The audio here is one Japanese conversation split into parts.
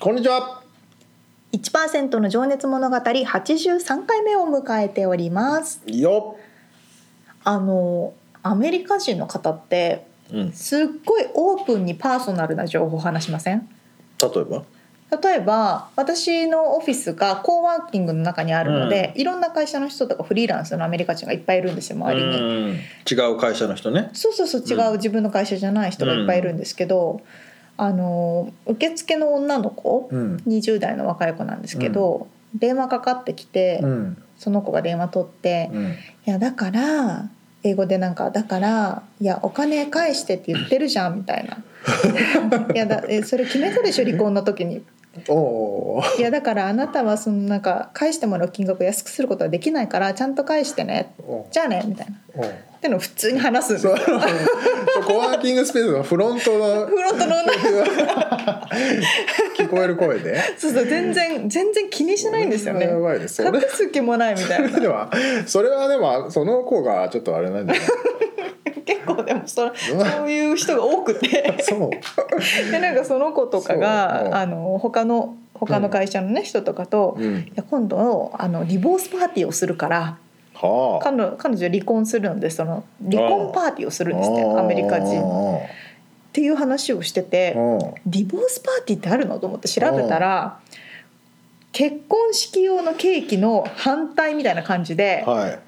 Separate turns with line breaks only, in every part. こんにちは。
1%の情熱物語83回目を迎えております
よ。
あのアメリカ人の方って
うん。例
すっごいオープンにパーソナルな情報を話しません
えば。
例えば私のオフィスがコーワーキングの中にあるので、いろんな会社の人とかフリーランスのアメリカ人がいっぱいいるんですよ周りに。
うん違う会社の人ね。
そうそうそう違う自分の会社じゃない人がいっぱいいるんですけど、あの受付の女の子、
うん。
20代の若い子なんですけど、電話かかってきて、
うん。
その子が電話取って
うん。
「いやだから英語でなんかだからいやお金返してって言ってるじゃん」みたいな 「いやだえそれ決めたでしょ離婚の時に」
おー
いやだからあなたはそのなんか返してもらう金額を安くすることはできないからちゃんと返してね
おー。
じゃあねみたいなっ
おー
てのを普通に話すんです
そう。
よ
そうコワーキングスペースのフロントの
フロントの女の子
聞こえる声で。
そうそう全然全然気にしないんですよね
やばいです。そ
隠
れ
す気もないみたいな
では、それはでもその子がちょっとあれなんじゃ
結構でもそれ
ない。
そういう人が多くて
そう。
でなんかその子とか
そううん
があの他の他の会社のね人とかと「い
うん。
や今度あのリボースパーティーをするから
はあ。
彼女彼女離婚するのでその離婚パーティーをするんですってアメリカ人の。っていう話をしてて。
人。
リボースパーティーってあるのと思って調べたら結婚式用のケーキの反対みたいな感じで、
はい。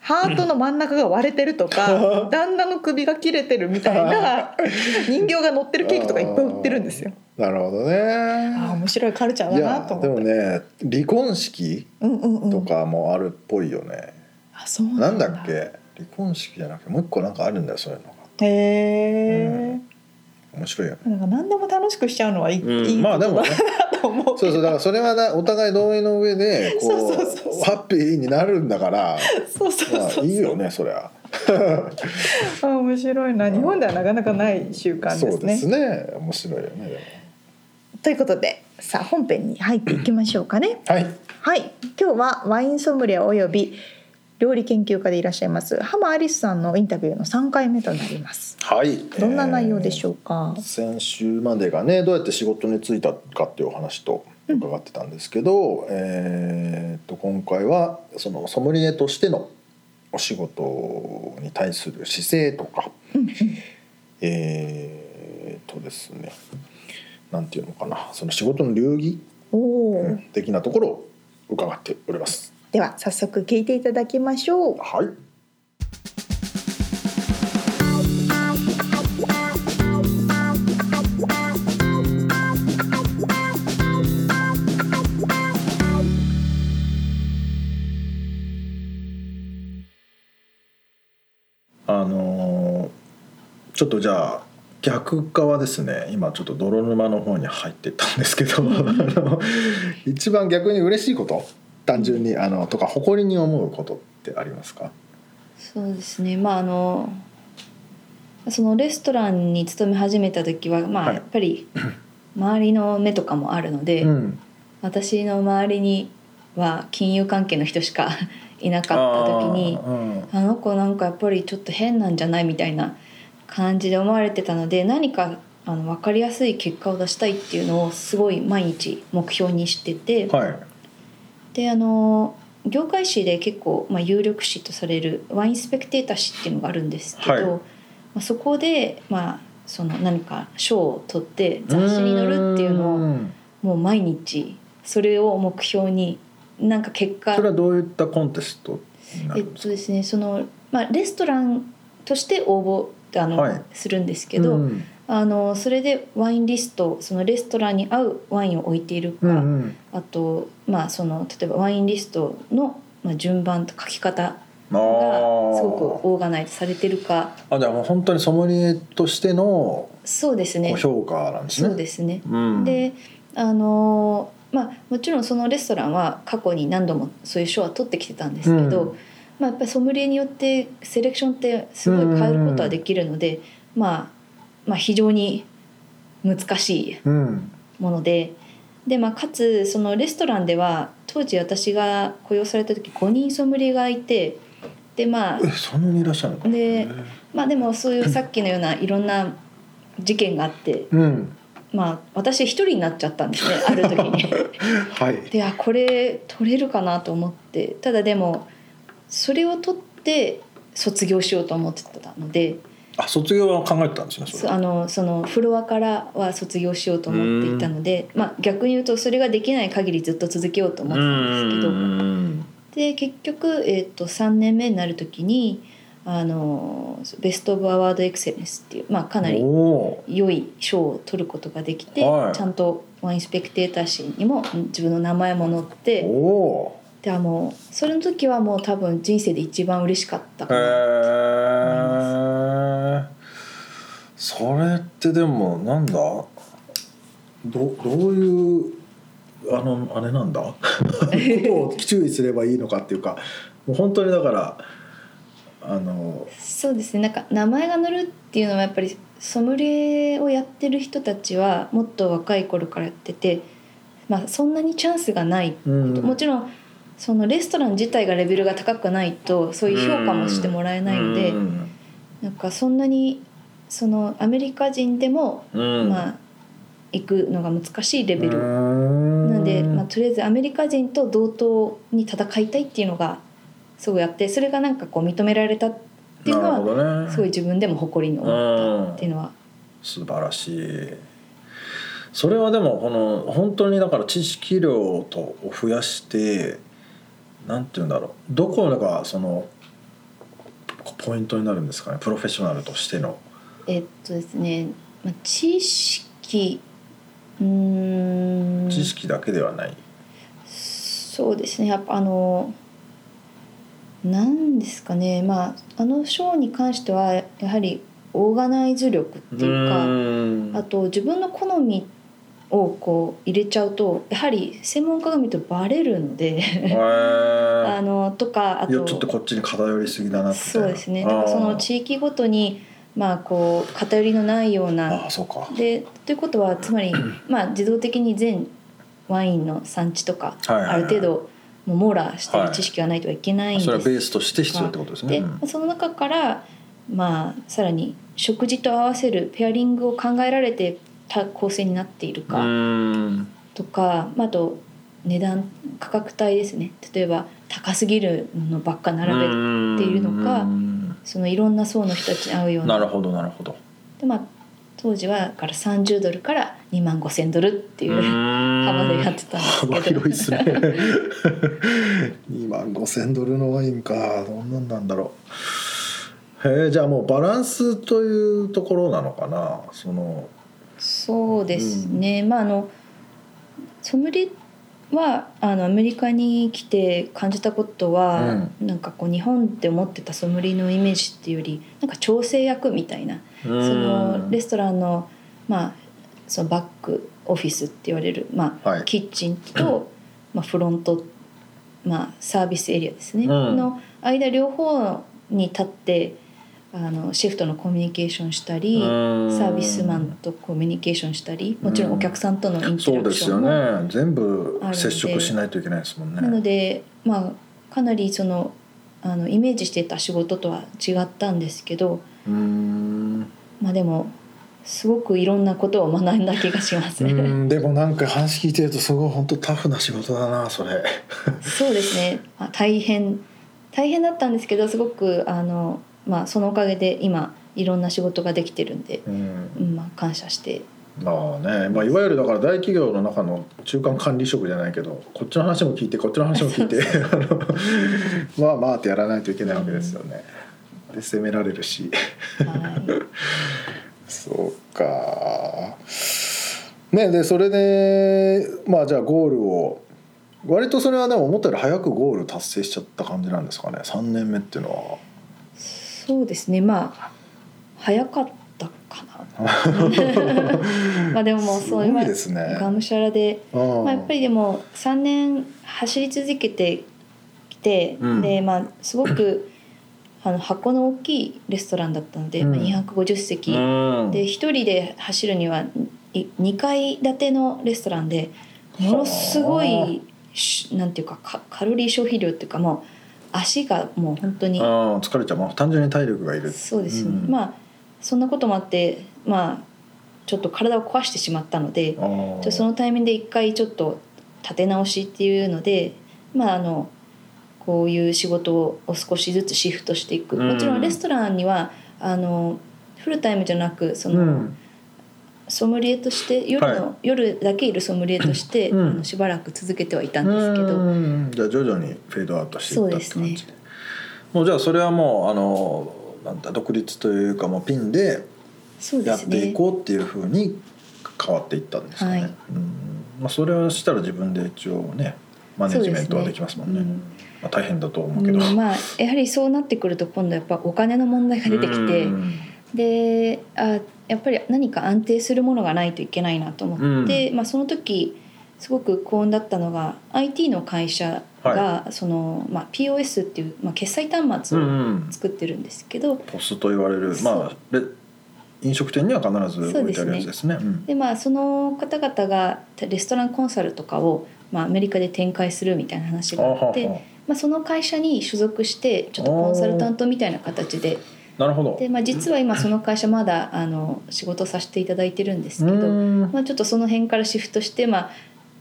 ハートの真ん中が割れてると か旦那の首が切れてるみたいな人形が乗ってるケーキとかいっぱい売ってるんですよ。
なるほどね。
ああ面白いカルチャ
い
ーだ
や
なと思って。
でもね離婚式
うんうんう
と
ん。
かもあるっぽいよね、
あそうな
なんん
だ
だっけ離婚式じゃなくてもう一個なんかあるんだよそういうのが
け。へ
面白いよね、
え。なんか何でも楽しくしちゃうのはいい,、いい
まあでもね
なと思う
そ
け
う
ど。
そうだからそれはなお互い同意の上でこう
そうそうそうそう
ハッピーになるんだから
そうそうそう
まあ
そう。
いいよねそりゃ
あ面白いな。日本ではなかなかない習慣
そうですね面白いよねでも
ということでさあ本編に入っていきましょうかね。
はい
はい今日はワインソムリエおよび料理研究家でいらっしゃいます浜アリスさんのインタビューの3回目となります。
はい
どんな内容でし
ょう、
ょうか
えー。先週までがねどうやって仕事に就いたかっていうお話と伺ってたんですけど、えーっと今回はそのソムリエとしてのお仕事に対する姿勢とか、えーっとですねなんていうのかなその仕事の流儀
おおー、
的なところを伺っております。
では早速聞いていただきましょう。
はいあのーちょっとじゃあ逆側ですね今ちょっと泥沼の方に入ってったんですけど あの一番逆に嬉しいこと単純にあのとか誇りに思うことってありますか
そうですねまああのそのレストランに勤め始めた時はま
は
あ
い
やっ ぱり周りの目とかもあるので、
うん、
私の周りには金融関係の人しかいなかった時に
あーうん
あの子なんかやっぱりちょっと変なんじゃないみたいな感じで思われてたので何かあの分かりやすい結果を出したいっていうのをすごい毎日目標にしてて。
はい
であの業界誌で結構、まあ、有力誌とされるワインスペクテーター誌っていうのがあるんですけど、
はい
まあ、そこで、まあ、その何か賞を取って雑誌に載るっていうのを
ん
もう毎日それを目標になんか結果
それはどういったコンテストな
えっ
るんです
とですねその、まあ、レストランとして応募あの、
はい
するんです
け
けど、
うん
あのそれでワインリストそのレストランに合うワインを置いているか、
うんうん
あと、まあ、その例えばワインリストの、まあ、順番と書き方
あ
が
ー
すごくオーガナイズされてるか
あじゃあもう本当にソムリエとしての
そうですね
ご評価なんですね。
そうですね。
うん、
であのーまあもちろんそのレストランは過去に何度もそういう賞は取ってきてたんですけど、
うん
まあ、やっぱりソムリエによってセレクションってすごい変えることはできるので、まあ、まあ非常に難しい
うん
ものでで、まあ、かつそのレストランでは当時私が雇用された時5人ソムリエがいてでまあ
えそんなにいらっしゃるのか。
でまあでもそういうさっきのようないろんな事件があって、
うん
まあ、私一人になっちゃったんですねある時に。
はい。
であこれ取れるかなと思ってただでもそれを取って卒業しようと思ってたので
あ卒業は考えてたんですね。そ
そ
れ
あのそのフロアからは卒業しようと思っていたので、まあ、逆に言うとそれができない限りずっと続けようと思ってたんですけど
ん
で結局、えー、と3年目になる時にあのベスト・オブ・アワード・エクセレンスっていう、まあ、かなり
お
良い賞を取ることができて、
はい
ちゃんとワインスペクテーター誌にも自分の名前も載って。
ーお
であのそれの時はもう多分人生で一番嬉しかった
ー。
かな、
へえ。それってでもなんだ。どどういうあのあれなん だ。ことを注意すればいいのかっていうか、もう本当にだからあの
そうですねなんか名前が載るっていうのはやっぱりソムリエをやってる人たちはもっと若い頃からやってて、まあ、そんなにチャンスがない、
うん
もちろんそのレストラン自体がレベルが高くないとそういう評価もしてもらえないので、
うん
なんかそんなにそのアメリカ人でも、
うん、
まあ行くのが難しいレベルな
なん
で、まあ、とりあえずアメリカ人と同等に戦いたいっていうのがすごいあってそれがなんかこう認められたっていうのは
は
すごい自分でも誇りに思ったっていうのは
素晴らしいそれはでもこの本当にだから知識量とを増やしてなんて言うんだろうどこがそのポイントになるんですかねプロフェッショナルとしての。
えっとですね、まあ、知識うーん
知識だけではない。
そうですねやっぱあのなんですかねまああの賞に関してはやはりオーガナイズ力っていうか。あ
か、
と自分の好みをこう入れちゃうとやはり専門家が見るとバレるの
へ
で あ
ー
のとかあ
いや
と
ちょっとこっちに偏りすぎだなみたいな
そうですねなんかその地域ごとにまあこう偏りのないよう
あー
な
あーそうか。
でということは つまりまあ自動的に全ワインの産地とか
はいはいはい
ある程度もう網羅してる知識がないといけないんです
それはベースとして必要ってことですね。
で
うん
その中からまあさらに食事と合わせるペアリングを考えられてた構成になっているか。
うん
とかまああと値段価格帯ですね例えば高すぎるのばっか並べるっていうのか
うん
そのいろんな層の人たちに合うような
なるほどなるほど。
で、まあ、当時はだから30ドルから2万5千ドルっていう 幅
幅
でやってたんですけど
幅広いですね 2万5,000ドルのワインかどんなんなんだろうへえじゃあもうバランスというところなのかなその
そうですね、まああのソムリエはあのアメリカに来て感じたことは、なんかこう日本って思ってたソムリエのイメージっていうよりなんか調整役みたいな
そ
そのレストランの,、まあ、そのバックオフィスって言われる、まあ
はい
キッチンと、まあ、フロント、まあ、サービスエリアですね、
うん
の間両方に立ってあのシェフとのコミュニケーションしたり、サービスマンとコミュニケーションしたりもちろんお客さんとのインタ
そ
ラ
うで
クシ
す
ョ
よ
ンも、
ね全部
あるので
接触しないといけないですもんね
なので、まあ、かなりそのあのイメージしてた仕事とは違ったんですけど、
うー ん
まあ、でもすごくいろんなことを学んだ気がします
う
ね。
んでもなんか話聞いてるとすごい本当タフな仕事だなそれ
そうですね。あ大変大変だったんですけど、すごくあのまあそのおかげで今いろんな仕事ができてるんで、
うん
うんまあ感謝して
まあね、まあ、いわゆるだから大企業の中の中間管理職じゃないけどこっちの話も聞いてこっちの話も聞いてあのまあまあってやらないといけないわけですよね。で責められるし
は
そうか。ねでそれでまあじゃあゴールを割とそれはでも思ったより早くゴール達成しちゃった感じなんですかね3年目っていうの
い、そうですねまあ早かったかな まあでもも
は
う
す
そ
ご
れはい
ですね。
がむしゃらで、
うん
まあ、やっぱりでも3年走り続けてきて、
うん
でまあすごくあの箱の大きいレストランだったので、まあ
うん
250席、
うん
で1人で走るにはい2階建てのレストランでものすごいしなんていうかカカロリー消費量っていうかもう足がもう本当に
ああ疲れちゃう、まあ、単純に体力がいる
そうですよね、
うん
まあそんなこともあってまあちょっと体を壊してしまったので
あ
じゃあそのタイミングで一回ちょっと立て直しっていうのでまああのこういう仕事を少しずつシフトしていく、
うん
もちろんレストランにはあのフルタイムじゃなくその、
うん
ソムリエとして夜の、
は
夜だけいるソムリエとして、
うん
あのしばらく続けてはいたんですけど、
うんじゃあ徐々にフェードアウトしていったって
そう
感
で
じ
す
でもうじゃあそれはもうあのなんだ独立というかもうピンで
そうで
やっ
すね
ていこうっていうふうに変わっていったんですかね、
はい
うんまあ、それをしたら自分で一応ねマネジメントはできますもんね
そうですね
まあ、大変だと思うけど、
うん、まあやはりそうなってくると今度やっぱお金の問題が出てきて、
うん
であやっぱり何か安定するものがないといけないなと思って、まあ、その時すごく幸運だったのが IT の会社が、そのまあ、POS っていう、まあ、決済端末
うん
を
うん
作ってるんですけど、
ポスと言われる
そ
まあレ飲食店には必ず
そう
置
で
いてあ
すね
るやつですねうん
でまあその方々がレストランコンサルとかを、まあ、アメリカで展開するみたいな話
あ
が
は
あって
は
まあ、その会社に所属してちょっとコンサルタントみたいな形で
なるほど
で、まあ、実は今その会社まだあの仕事させていただいてるんですけ
う
ど、
ん
まあ、ちょっとその辺からシフトして、まあ、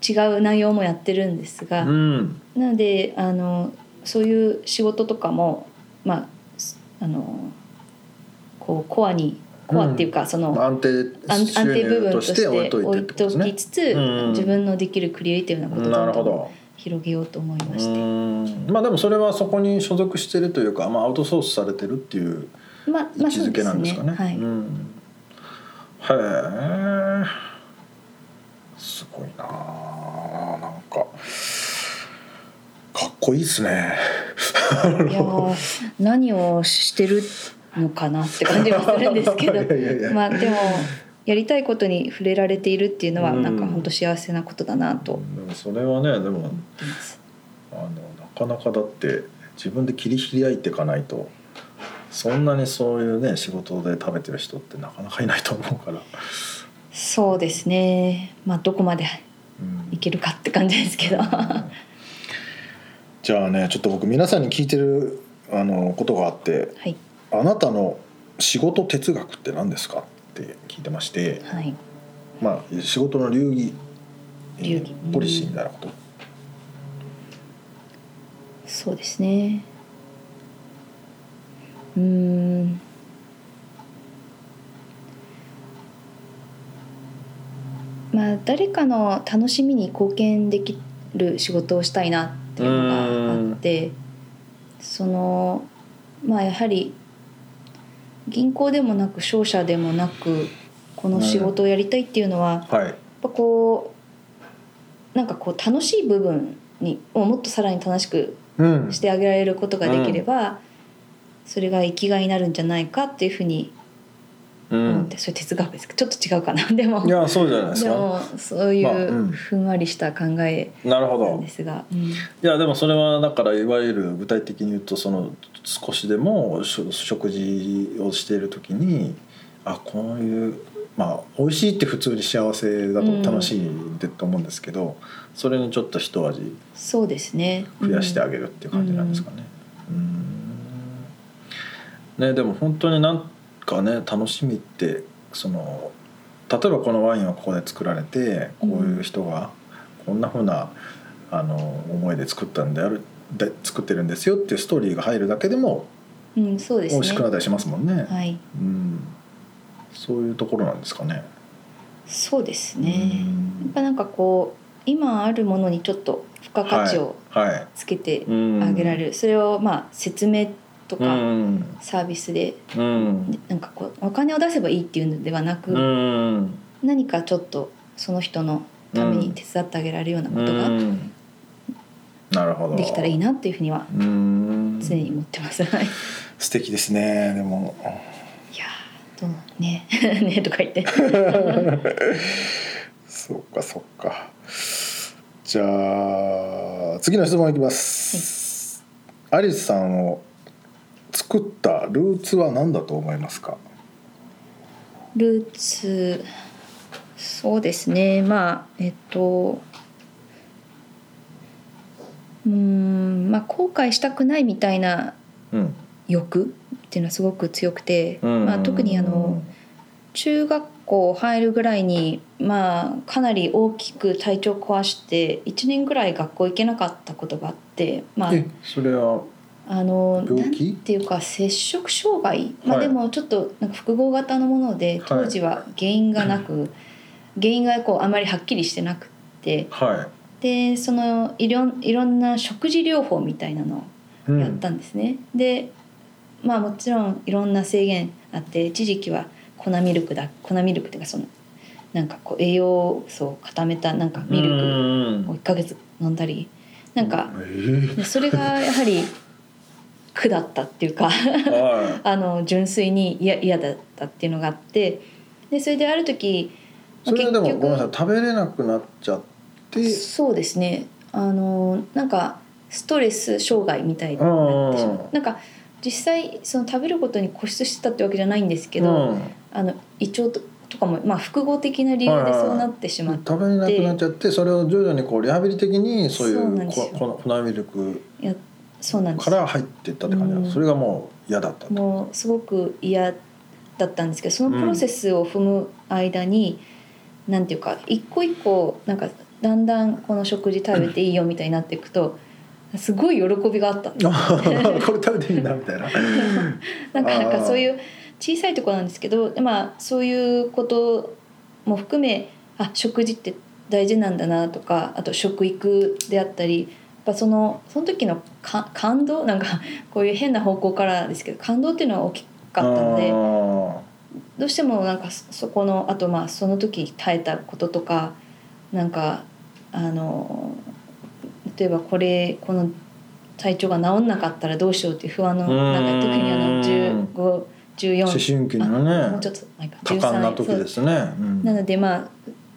違う内容もやってるんですが、
うん
なのであのそういう仕事とかも、まあ、すあのこうコアにコアっていうか、その。
安定
安
収
安定部
入
分
と
と
し
してて
置
置
い
い
といてってこと
と
です
き
ね。
つつ、
うん
自分のできるクリエイティブなことを
な
ど
る
ん
ほ
どん
ど。
広げようと思いうまして、
んまあでもそれはそこに所属してるというか、まあアウトソースされてるっていう
まあ
位
まあ
置
そう
づけ
で
な
す
んで
ね
すかね。
はい、
うんへえ。すごいなあ。なんかかっこいいですね。
いやー何をしてるのかなって感じがするんです け
いやいやいや
どまあでもやりたいことに触れられているっていうのは
うん
なんか本当幸せなことだなと
で
思
もそれはね、でも
ってます。
あのなかなかだって自分で切り開いていかないとそんなにそういうね仕事で食べてる人ってなかなかいないと思うから、
そうですね。まあどこまで
うん
いけるかって感じですけど。 は
じゃあねちょっと僕皆さんに聞いてるあのことがあって
い
「あなたの仕事哲学って何ですか?」って聞いてまして、
はい。
まあ、仕事の流儀えー
流儀
ポリシーみたいなこと。
そうですね。うーん。まあ誰かの楽しみに貢献できる仕事をしたいなっていうのがあって、そのまあやはり銀行でもなく商社でもなくこの仕事をやりたいっていうのは、
はい
やっぱこうなんかこう楽しい部分にをもっとさらに楽しく
うん
してあげられることができれば、それが生きがいになるんじゃないかっていうふうに
う
思っ
ん
て、、それ哲学ですけどちょっと違うかな でも
いやそうじゃないです
で
か
もそう
まあ
いううんふんわりした考え
なるほ
なん
ど
ですが、うん
いやでもそれはだからいわゆる具体的に言うとその少しでもしょ食事をしている時にあこういうまあ美味しいって普通に幸せだ
う
と
ん
楽しいってと思うんですけど、それにちょっと一味
そうですね
増やしてあ
げ
げるっていう感じなんですかね。うんねでも本当になんかね楽しみってその例えばこのワインはここで作られてこういう人がこんなふうなあの思いで作ったんであるで作ってるんですよっていうストーリーが入るだけでも
うん、うんそうで
美
す
味しくなっ
ね
たりしますもんね。
はい
うんそういうところなんですかね。
そうです
う
ね、やっ
ん
ぱなんかこう今あるものにちょっと付加価値を
はい
つけて
うん
あげられる、それをまあ説明と
う
か
ん
サービスで
うん
なんかこうお金を出せばいいっていうのではなく、
うん
何かちょっとその人のために手伝ってあげられるようなこ
う
とが
んなるほど
できたらいいなっていうふうには
うん
常に思ってます。 はい
素敵ですねでも
いやーどうね ねとか言って。
そっかそっかじゃあ次の質問いきます、アリスさんを作ったルーツは何だと思いますか
ルーツそうですねまあえっとうーんまあ後悔したくないみたいな
うん、
欲っていうのはすごく強くて、まあ、特にあの中学校入るぐらいにまあかなり大きく体調壊して1年ぐらい学校行けなかったことがあってまあ
えそれは
あの
病気
なんていうか摂食障害、まあ、
はい
でもちょっとなんか複合型のもので
はい
当時は原因がなく、 原因がこうあまりはっきりしてなくて
は
でそのいろんいろんな食事療法みたいなの
い、う
を
ん
やったんですね。でまあもちろんいろんな制限あって一時期は粉ミルクだ粉ミルクっていうかそのなんかこう栄養素を固めたなんかミルクを1ヶ月飲んだりなんか。
うんえ
でそれがやはり苦だったっていうか
えは
あの純粋に嫌嫌だったっていうのがあってでそれである時、
いそれはでも
結
ごめ
局
んなさい食べれなくなっちゃって
そうですねあのなんかストレス障害みたいになってしま
うん
うなんか実際その食べることに固執してたってわけじゃないんですけど、
うん
あの胃腸ととかも、まあ、複合的な理由でそうなってしまっ
食べれなくなっちゃってそれを徐々にこうリハビリ的にそうい
そうなん
う
です
こ
よ
こ粉ミルク
いやそうなんです
か
よ
ら入ってったって感じなの
うん
それがもう嫌だったと
もうすごく嫌だったんですけどそのプロセスを踏む間に、なんていうか一個一個なんかだんだんこの食事食べていいよみたいになっていくとすごい喜びがあったんです
これ食べていいなみたいな。
なんかなん
あー
かそういう小さいところなんですけどでまあそういうことも含めあ食事って大事なんだなとかあと食育であったりやっぱそのその時のか感動なんかこういう変な方向からですけど感動っていうのは大きかったので。どうしてもなんかそそこのあとまあその時耐えたこととかなんかあの例えばこれこの体調が治んなかったらどうしようっていう不安の
うん
なんか特にあの
あー
1514
思春期の
も
ね
うちょっと前か
多感な時ですね。うん
なのでまあ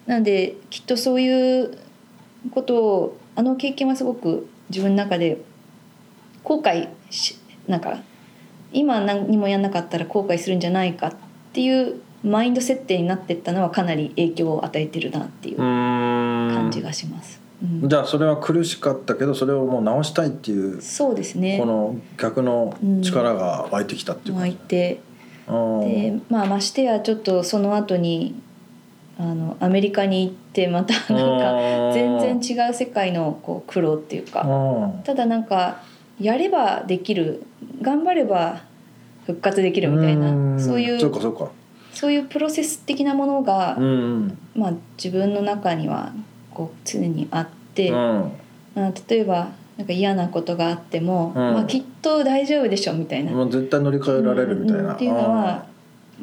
なのできっとそういうことをあの経験はすごく自分の中で後悔しなんか今何もやんなかったら後悔するんじゃないかっていうマインド設定になってったのはかなり影響を与えてるなっていう
うーん
感じがします。うん
じゃあそれは苦しかったけどそれをもう直したいっていう
そうですね
この逆の力が湧いてきたっていう
湧
感
い
じ。
て
うん
でまあましてやちょっとその後にあのアメリカに行ってまたなんか全然違う世界のこう苦労っていうか
うん
ただなんかやればできる頑張れば復活できるみたい
ん
なそうい
そうか
う
そうか。
そういうプロセス的なものが
う、ん
まあ、自分の中にはこう常にあって、
うん
まあ例えばなんか嫌なことがあって
う
も、
ん
まあ、きっと大丈夫でしょみたいな、
もう絶対乗り換えられるみたい
うん
な。
っていうのは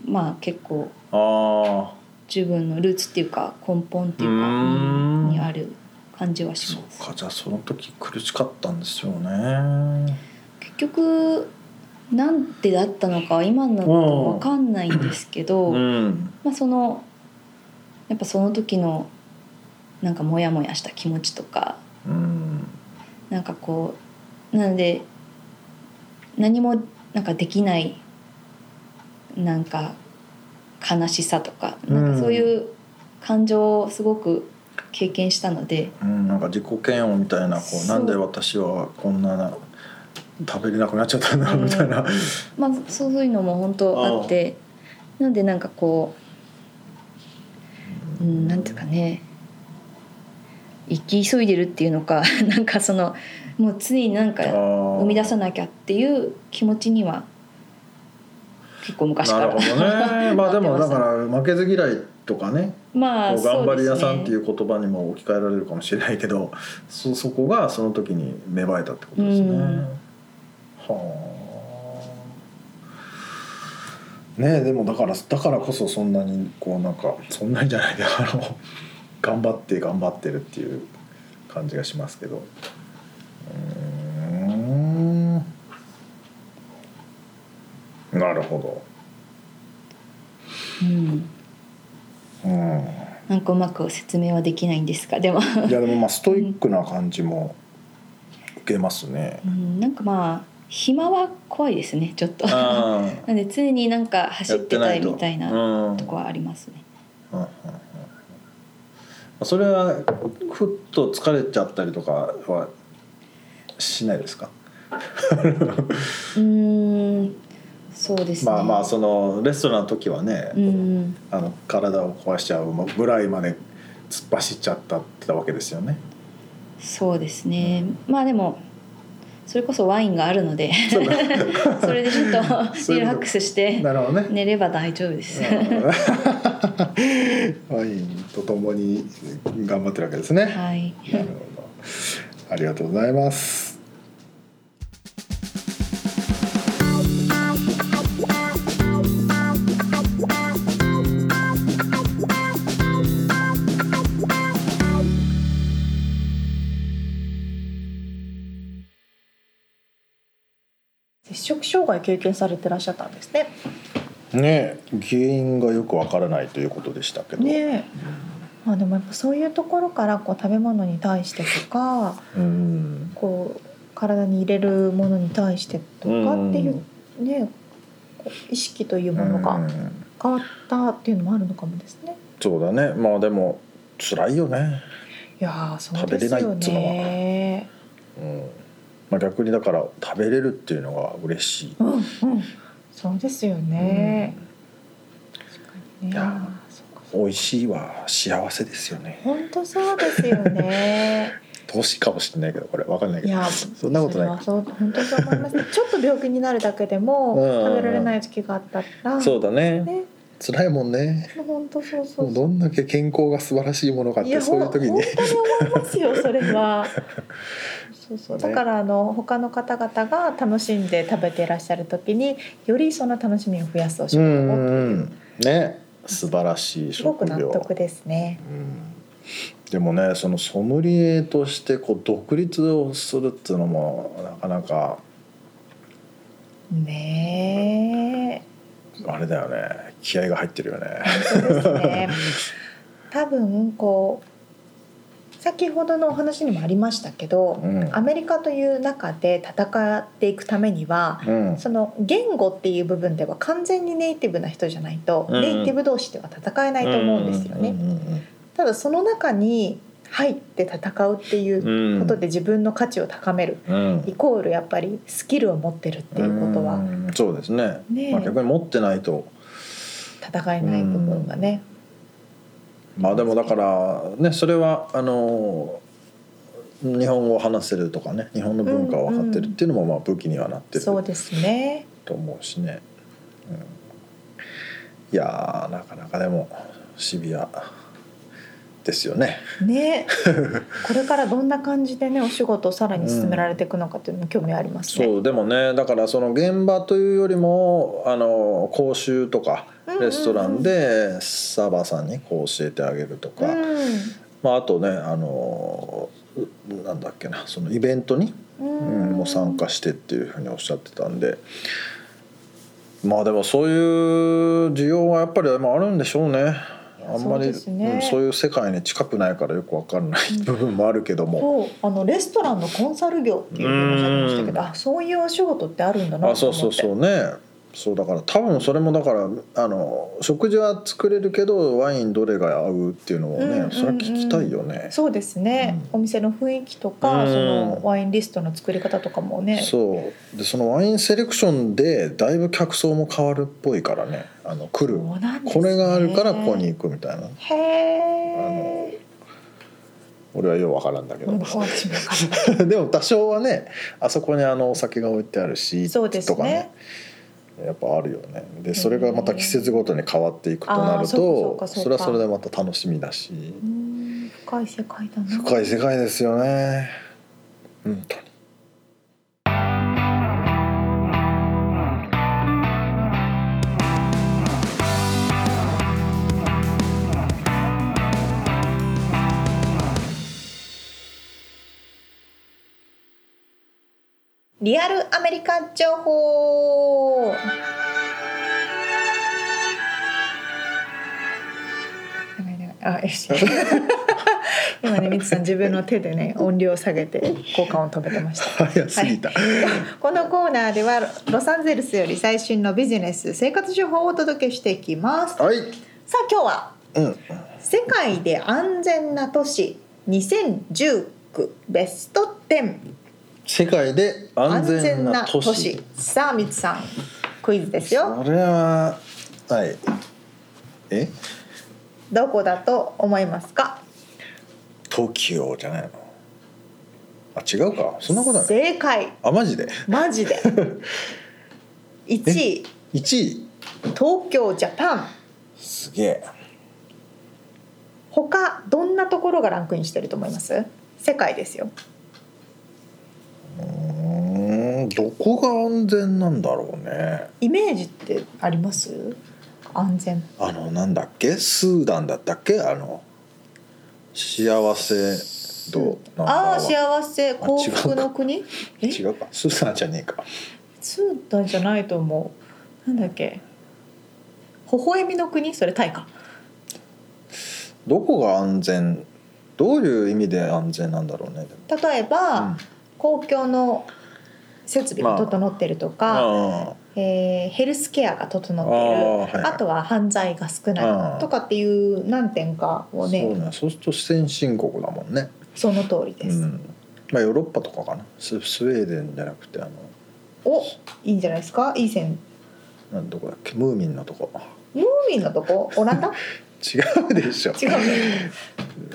まあ結構
ああ
自分のルーツっていうか根本っていうか
うーん
にある感じはし
そ
ます
う。かじゃあその時苦しかったんですよね。
結局なんてだったのかは今になっても分かんないんですけど、
うん
まあ、そのやっぱその時のなんかモヤモヤした気持ちとか
うん
なんかこうなので何もなんかできないなんか悲しさとかなんかそういう感情をすごく経験したので、
うん、なんか自己嫌悪みたいなこう
そう
なんで私はこんなな食べれなくなっちゃったんだろうみたいな。
まあそういうのも本当あってなんでなんかこう、うん、なんていうかね生き急いでるっていうのか なんかそのもう常になんか生
生
み出さなきゃっていう気持ちには結構昔か
なる
ら
ほどね。まあでもだ
な ってました
から負けず嫌いっとかね
まあ
こう頑張り屋さんっていうう言葉にも置き換えられるかもしれないけどそ,、そこがその時に芽生えたってことですね。
うん
はあ。ねえでもだからだからこそそんなにこうなんかそんなんじゃないであの頑張って頑張ってるっていう感じがしますけど。うーんなるほ
そうですね、う
ど。う
ん、
ん
なんかうまく説明はできないんですがでも、
いやでもまあストイックな感じも受けますね
う。ん、なんかまあ暇は怖いですねちょっと
あ
なんで常になんか 走ってたいみたいな
うん
とこはありますね
うんうんうんそれはふっと疲れちゃったりとかはしないですか。
うんそうですね
まあまあそのレストランの時はね、
うん
あの体を壊しちゃうぐらいまで突っ走っちゃったってたわけですよね。
そうですねまあでもそれこそワインがあるので
そうか
それでちょっと
そうい
リ
うこと
ラックスして
なるほどね。
寝れば大丈夫です、
うん ワインとともに頑張ってるわけですね。
はい
なるほど。ありがとうございます。
接触障害経験されてらっしゃったんですね。
ねえ、原因がよくわからないということでしたけど。
ねえ。まあでもやっぱそういうところからこう食べ物に対してとか、
うん。
こう体に入れるものに対してとかっていうね、こう意識というもの
う
が
ん
変わったっていうのもあるのかもですね。
そうだね。まあでも辛いよね。
いやーそうです
食べれない
よ
っつうの
ね。
うん。まあ逆にだから食べれるっていうのが嬉しい。
うんうん。そうですよね。確かにね。
いやー
あーそうかそうか
美味しいは幸せですよね。
本当そうですよね。
投資かもしれないけどこれわかんないけ
い
ど。
や
そんなことないか
それはそう本当にそう思い ますねちょっと病気になるだけでも
うんうんうん
食べられない時期があったら
そうだね。
ね
辛いもんね。
本当そうそ
もう
う
どんだけ健康が素晴らしいものかっ
い
て
や
そう
ほん
いう
本当
時
に
に
思。いますよそれ はそうそうだからあの他の方々が楽しんで食べていらっしゃる時によりその楽しみを増やすお仕
う
事を
ん
っ
う
て
んう。
いうん
ね。素晴らしい
すごく
職
納
業。
得ですね
うんでもねそのソムリエとしてこう独立をするっていうのもなかなか
ねえ
あれだよね気合が入ってるよね。
本当です ね多分こう先ほどのお話にもありましたけど、
うん
アメリカという中で戦っていくためには
うん
その言語っていう部分では完全にネイティブな人じゃないと、
うんうん
ネイティブ同士では戦えないと思うんですよね。
うんうん
ただその中に入って戦うっていううん
うん
ことで自分の価値を高める、
うん
イコールやっぱりスキルを持ってるっていうことは
うんそうですね。
ねえ
まあ逆に持ってないと
戦えない部分がね。
まあでもだからねそれはあの日本語を話せるとかね日本の文化を分かってるっていうのもまあ武器にはなってる
そうですね。
と思うしね、うん、いやーなかなかでもシビアですよね
ね、これからどんな感じでねお仕事をさらに進められていくのかっていうのも興味ありますね。
そうでもねだからその現場というよりもあの講習とか
うんうんうん
レストランでサーバーさんにこう教えてあげるとか、
う
まあ、あとねあのうなんだっけなそのイベントに、
ん
う
うん
ん、も参加してっていうふうにおっしゃってたんで。まあでもそういう需要はやっぱりまああるんでしょうね。あんま
そう
り
ですね
うんそういう世界に近くないからよくわかんない部分もあるけども、
そうあのレストランのコンサル業っていうのもおっしゃってましたけ
うん
どあそういうお仕事ってあるんだな
あ
と思
そう
って
そうそうねそうだから多分それもだからあの食事は作れるけどワインどれが合うっていうのをね、
うんうんうん
それは聞きたいよね。
そうですね、
う
お
ん
店の雰囲気とか、
うん
そのワインリストの作り方とかもね
そうでそのワインセレクションでだいぶ客層も変わるっぽいからねあの来る、
そうなんですね
これがあるからここに行くみたいな
へえ
俺はようわからんだけど、
私もわかんない
でも多少はねあそこにあのお酒が置いてあるし
そうです
とか
ね
ねやっぱあるよねでそれがまた季節ごとに変わっていくとなる
あーそう
と
かそうかそうか
それはそれでまた楽しみだし
うん深い世界だな
深い世界ですよね本当に
リアルアメリカ情報長い長いあよし今ねみつさん自分の手でね音量を下げて効果音止めてました
早すぎた、
このコーナーではロサンゼルスより最新のビジネス生活情報をお届けしていきますさあ
はい、
今日は
うん、
世界で安全な都市2019ベスト10
世界で安全な都市
さあみつさんクイズですよ
それははいえ
どこだと思いますか
東京じゃないのあ違うかそんなことない
正解
あマジで
マジ で1位
1位
東京ジャパン
すげえ
他どんなところがランクインしてると思います世界ですよ
うーんどこが安全なんだろうね
イメージってあります安全
あのなんだっけスーダンだったっけあの幸せ度ナン
あ
バ
あ
ーワ
幸せ幸福の国
ン
え
違うかスーダンじゃねえか
スーダンじゃないと思うなんだっけ微笑みの国それタイか
どこが安全どういう意味で安全なんだろうねでも
例えば、
うん
公共の設備が整ってるとか、
あ
えーヘルスケアが整
ああ
って
はい
いるあとは犯罪が少
あ
な
ー
いとかっていう何点かを
そう
ね
ねそうすると先進国だもんね
その通りで
う
す、
んまあヨーロッパとかかなススウェーデンじゃなくてあの
おいいんじゃないですかいい線
なんどこだっけムーミンのとこ
ムーミンのとこオ ランダ
違うでしょ
違うね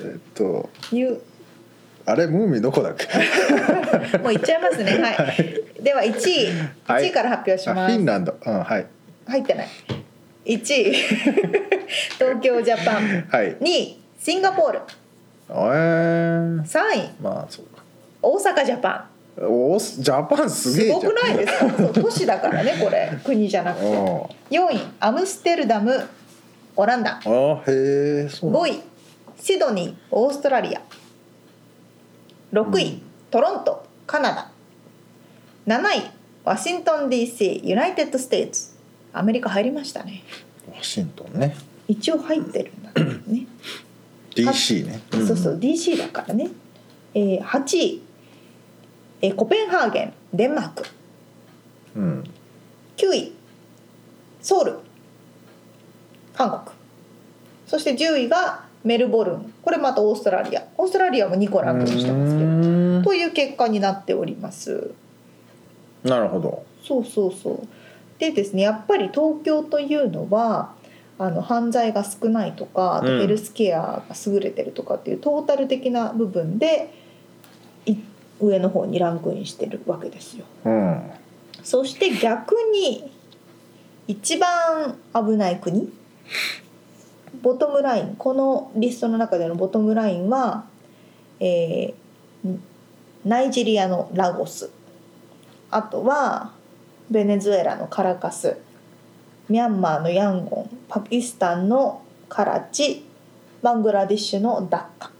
えっと
言う
あれムーミンどこだっけ
もう言っちゃいますねはい、では1位
はい
1位から発表し
あ
ま
フ
す、
ィンランドうんはい
入ってない1位 東京ジャパン
はい
2位シンガポール
えー、
3位
まあそうか
大阪ジャパン
おジャパンすげえ
す
じ
ご
ゃん
くないですかそう都市だからねこれ国じゃなくて
あ
4位アムステルダムオランダ
あああへえそうなん
5位シドニーオーストラリア6位、
うん
トロントカナダ7位ワシントン DC ユナイテッド・ステイツアメリカ入りましたね
ワシントンね
一応入ってるんだけどね
DC ね、ん
そうそう DC だからね、えー8位、えーコペンハーゲンデンマーク
うん
9位ソウル韓国そして10位がメルボルンこれまたオーストラリアオーストラリアも2個ランクインしてますけ
うー
ど
ん
という結果になっております
なるほど
そうそうそうでですねやっぱり東京というのはあの犯罪が少ないとかあと
うん
ヘルスケアが優れてるとかっていうトータル的な部分でい上の方にランクインしてるわけですよ
うん
そして逆に一番危ない国ボトムラインこのリストの中でのボトムラインは、えーナイジェリアのラゴスあとはベネズエラのカラカスミャンマーのヤンゴンパキスタンのカラチバングラディッシュのダッカ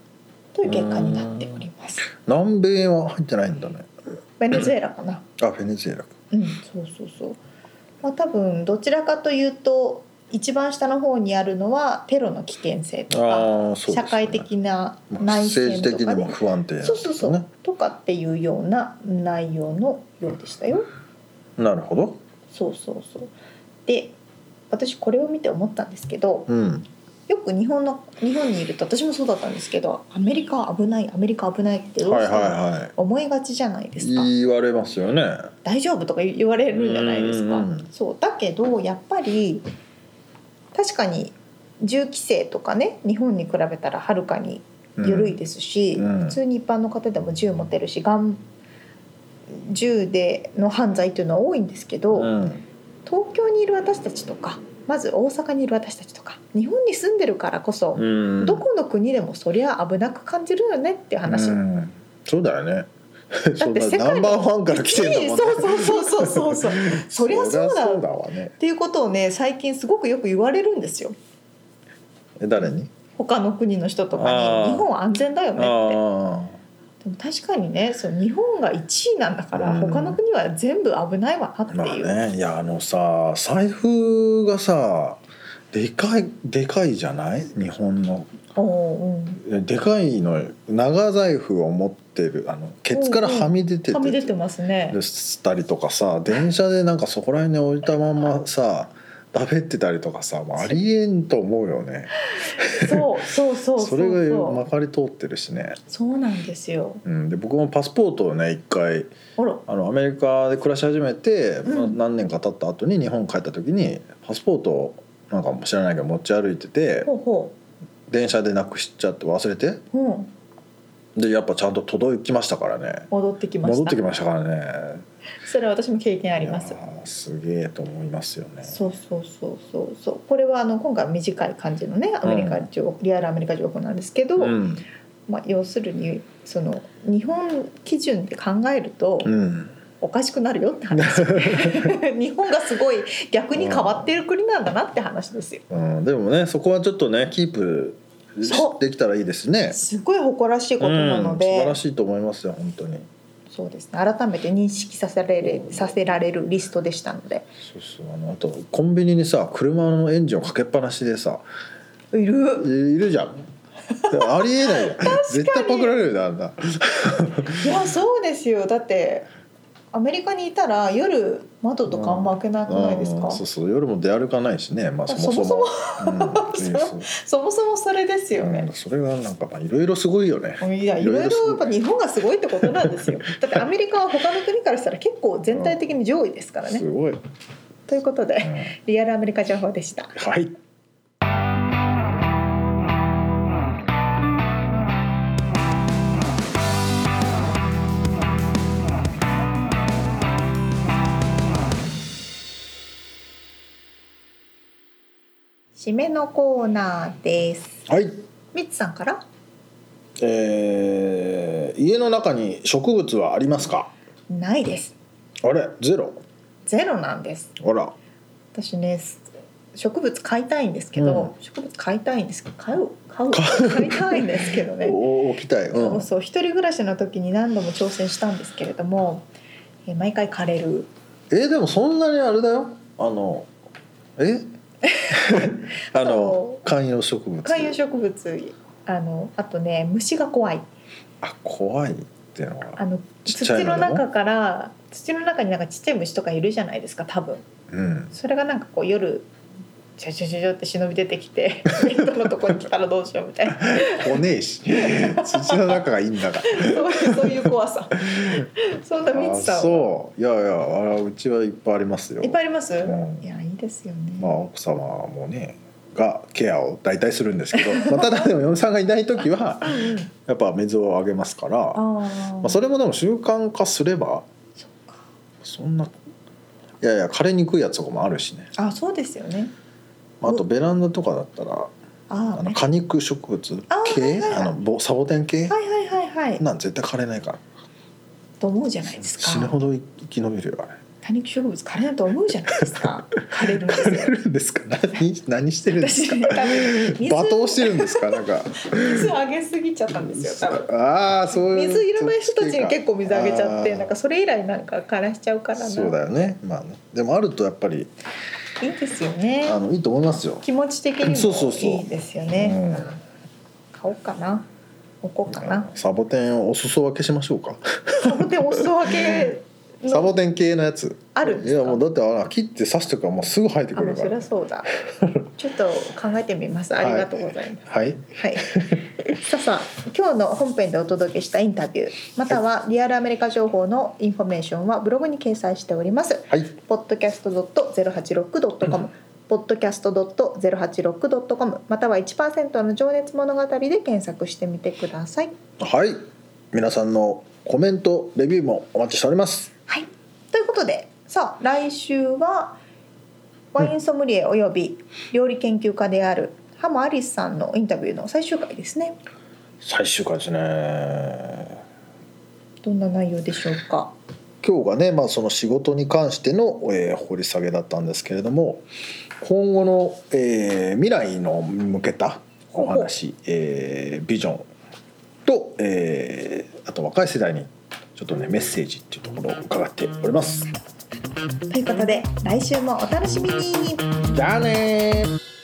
という結果になっております。
南米は入ってないんだね
ベネズエラかな
あベネズエラか
うん、そうそうそう。まあ多分どちらかというと一番下の方にあるのはテロの危険性とか、
ああそうですね
社会的な
まあ
内
政
戦
治
と
的
か
に
ね、
も不安定なんです
そ
よ
うそうそう、とかっていうような内容のようでしたよ。
なるほど
そうそうそう。で私これを見て思ったんですけど
うん
よく日本の日本にいると私もそうだったんですけどアメリカは危ないアメリカは危ないってどう
はい
し
はい
ても
はい
思いがちじゃないですか。
言われますよね
大丈夫とか言われるじゃないですか。
うんうんうん
そうだけどやっぱり確かに銃規制とかね日本に比べたらはるかに緩いですし、
うんうん
普通に一般の方でも銃持てるしがん銃での犯罪というのは多いんですけど、
うん、
東東京にいる私たちとかまず大阪にいる私たちとか日本に住んでるからこそ、
うん
どこの国でもそりゃ危なく感じるよねっていう話。
うんそうだよね
だ
そ
っ
う
て
だ
世界
ナンバーワンから来てんだもんね
そうそうそうそうそ うそうそりゃそうだ
そりゃそ
っ
うだわね
ていうことをね最近すごくよく言われるんですよ
え誰に
他の国の人とか
あー
に「日本は安全だよね」って
あ
でも確かにねそう日本が1位なんだから、
うん
他の国は全部危ないわなって
あまあ
いう、
ねいやあのさ財布がさでかいでかいじゃない日本の
おーうん
えでかいのよ長財布を持ってるあのケツからはみ出てて
はみ出てますね
したりとかさ電車でなんかそこら辺に置いたまんまさ食べってたりとかさ、まあ、ありえんと思うよね
そうそうそうそう
それがまかり通ってるしね、
そうなんですよ
うん、で僕もパスポートをね一回
あら
あのアメリカで暮らし始めて、
うん
まあ何年か経った後に日本帰った時にパスポートをなんか知らないけど持ち歩いてて
ほうほ
電車でなくしちゃって忘れて
う、うん、
でやっぱちゃんと届きましたからね
戻ってきました
戻ってきましたからね
それは私も経験あります
いやーすげえと思いますよね
そうそうそうそうそうこれはあの今回短い感じのねアメリカ情報、リアルアメリカ情報なんですけど、
うん
まあ、要するにその日本基準で考えると
うん
おかしくなるよって 話日本がすごい逆に変わってる国なんだなって話ですよ。
うん、でもねそこはちょっとねキープ
そう
できたらいいですね
すごい誇らしいことなの
うん、素
で、
晴らしいと思いますよ本当に
そうですね改めて認識させられるさせられるリストでしたので
そうそうあのあとコンビニにさ車のエンジンをかけっぱなしでさ
い
い
る
いるじゃ んでもありえないよ絶対パクられるよねあんない
やそうですよだってアメリカにいたら夜窓とかあんま開けなくないですか、
うんそうそう夜も出歩かないしね、まあ、そもそも うん
そ
そう
もそもそもそれですよ
う
ね
ん、。それがなんかまあいろいろすごいよね
いやい
いろい
ろ
ろ
いろやっぱ日本がすごいってことなんです よ。だってアメリカは他の国からしたら結構全体的に上位ですからね
す。ごい、うん
ということでリアルアメリカ情報でした。
はい
締めのコーナーです。
はい
ミッツさんから
えー家の中に植物はありますか
ないです。
あれゼロ
ゼロなんです。
あら
私ね植物買いたいんですけど、植物買いたいんですけど買う買う買いたいんですけどね。
おお置きたい、う
そうそう一人暮らしの時に何度も挑戦したんですけれども、えー毎回枯れる。
えーでもそんなにあれだよあのえ あの観葉植物
観葉植物あのあとね虫が怖い
あ怖いっていうのは
あの
ちっちゃい
土の
のでも
中から土の中になんかちっちゃい虫とかいるじゃないですか多分
うん
それがなんかこう夜ちょちょちょちょって忍び出てき てベッドのとこに来たらどうしようみたいな
来ね えし土の中がいいんだから
そういうそういう怖 さそんなみ
あ
つさんは
そういやいやあらうちはいっぱいありますよ
いっぱいあります、
うん
いやいいですよね、
まあ奥様もねがケアを大体するんですけど、 まあ、ただでも嫁さんがいない時は
うんうん
やっぱ水をあげますから、ま
あー
あ、それもでも習慣化すれば
そっか
そんないやいや枯れにくいやつとかもあるしね
あそうですよね
まああとベランダとかだったら
あ
あ
ー
の
ね
多肉植物
あーはい
系
はいはい
あのぼサボテン
は
系
いはいはいはい
なん絶対枯れないから
と思うじゃないですか
死ぬほど生き延びるよあれ
多肉植物枯れないと思うじゃないですか枯れるんです
枯
よ
れる んですか何何してるんです
私
か
ね多分水
罵倒してるんで すかなんか
水あげすぎちゃったんですよ多分
ああそういう
水いらない人たちに結構水あげちゃっ
あ
て
ー
なんかそれ以来なんか枯らしちゃうからな
そうだよねまあねでもあるとやっぱり
いいですよね
あのいいと思いますよ、
気持ち的にも
そうそうそう
いいですよ
う
ね
ん、
買おうかな置こうかな
サボテンをお裾分けしましょうか
サボテンお裾分け
サボ
の
テン系のやつ
あるん
い
です
や
か
もうだってあら切って刺しておくからもうすぐ生えて
あ
く
も
る
う
か
そり
ら
ゃそうだちょっと考えてみますありがとうございます
はい
はい、 さあさあ今日の本編でお届けしたインタビューまたはリアルアメリカ情報のインフォメーションはブログに掲載しております。
はい
podcast.086.com podcast.086.com または1%の情熱物語で検索してみてください。
はい皆さんのコメントレビューもお待ちしております
はい、ということでさあ来週は、ワインソムリエおよび料理研究家であるハモ・アリスさんのインタビューの最終回ですね
最終回ですね
どんな内容でしょうか
今日がね、まあ、その仕事に関しての、えー掘り下げだったんですけれども今後の、えー未来の向けたお話、えービジョンと、えーあと若い世代にちょっとねメッセージっていうところを伺っております。
ということで来週もお楽しみに
じゃあねー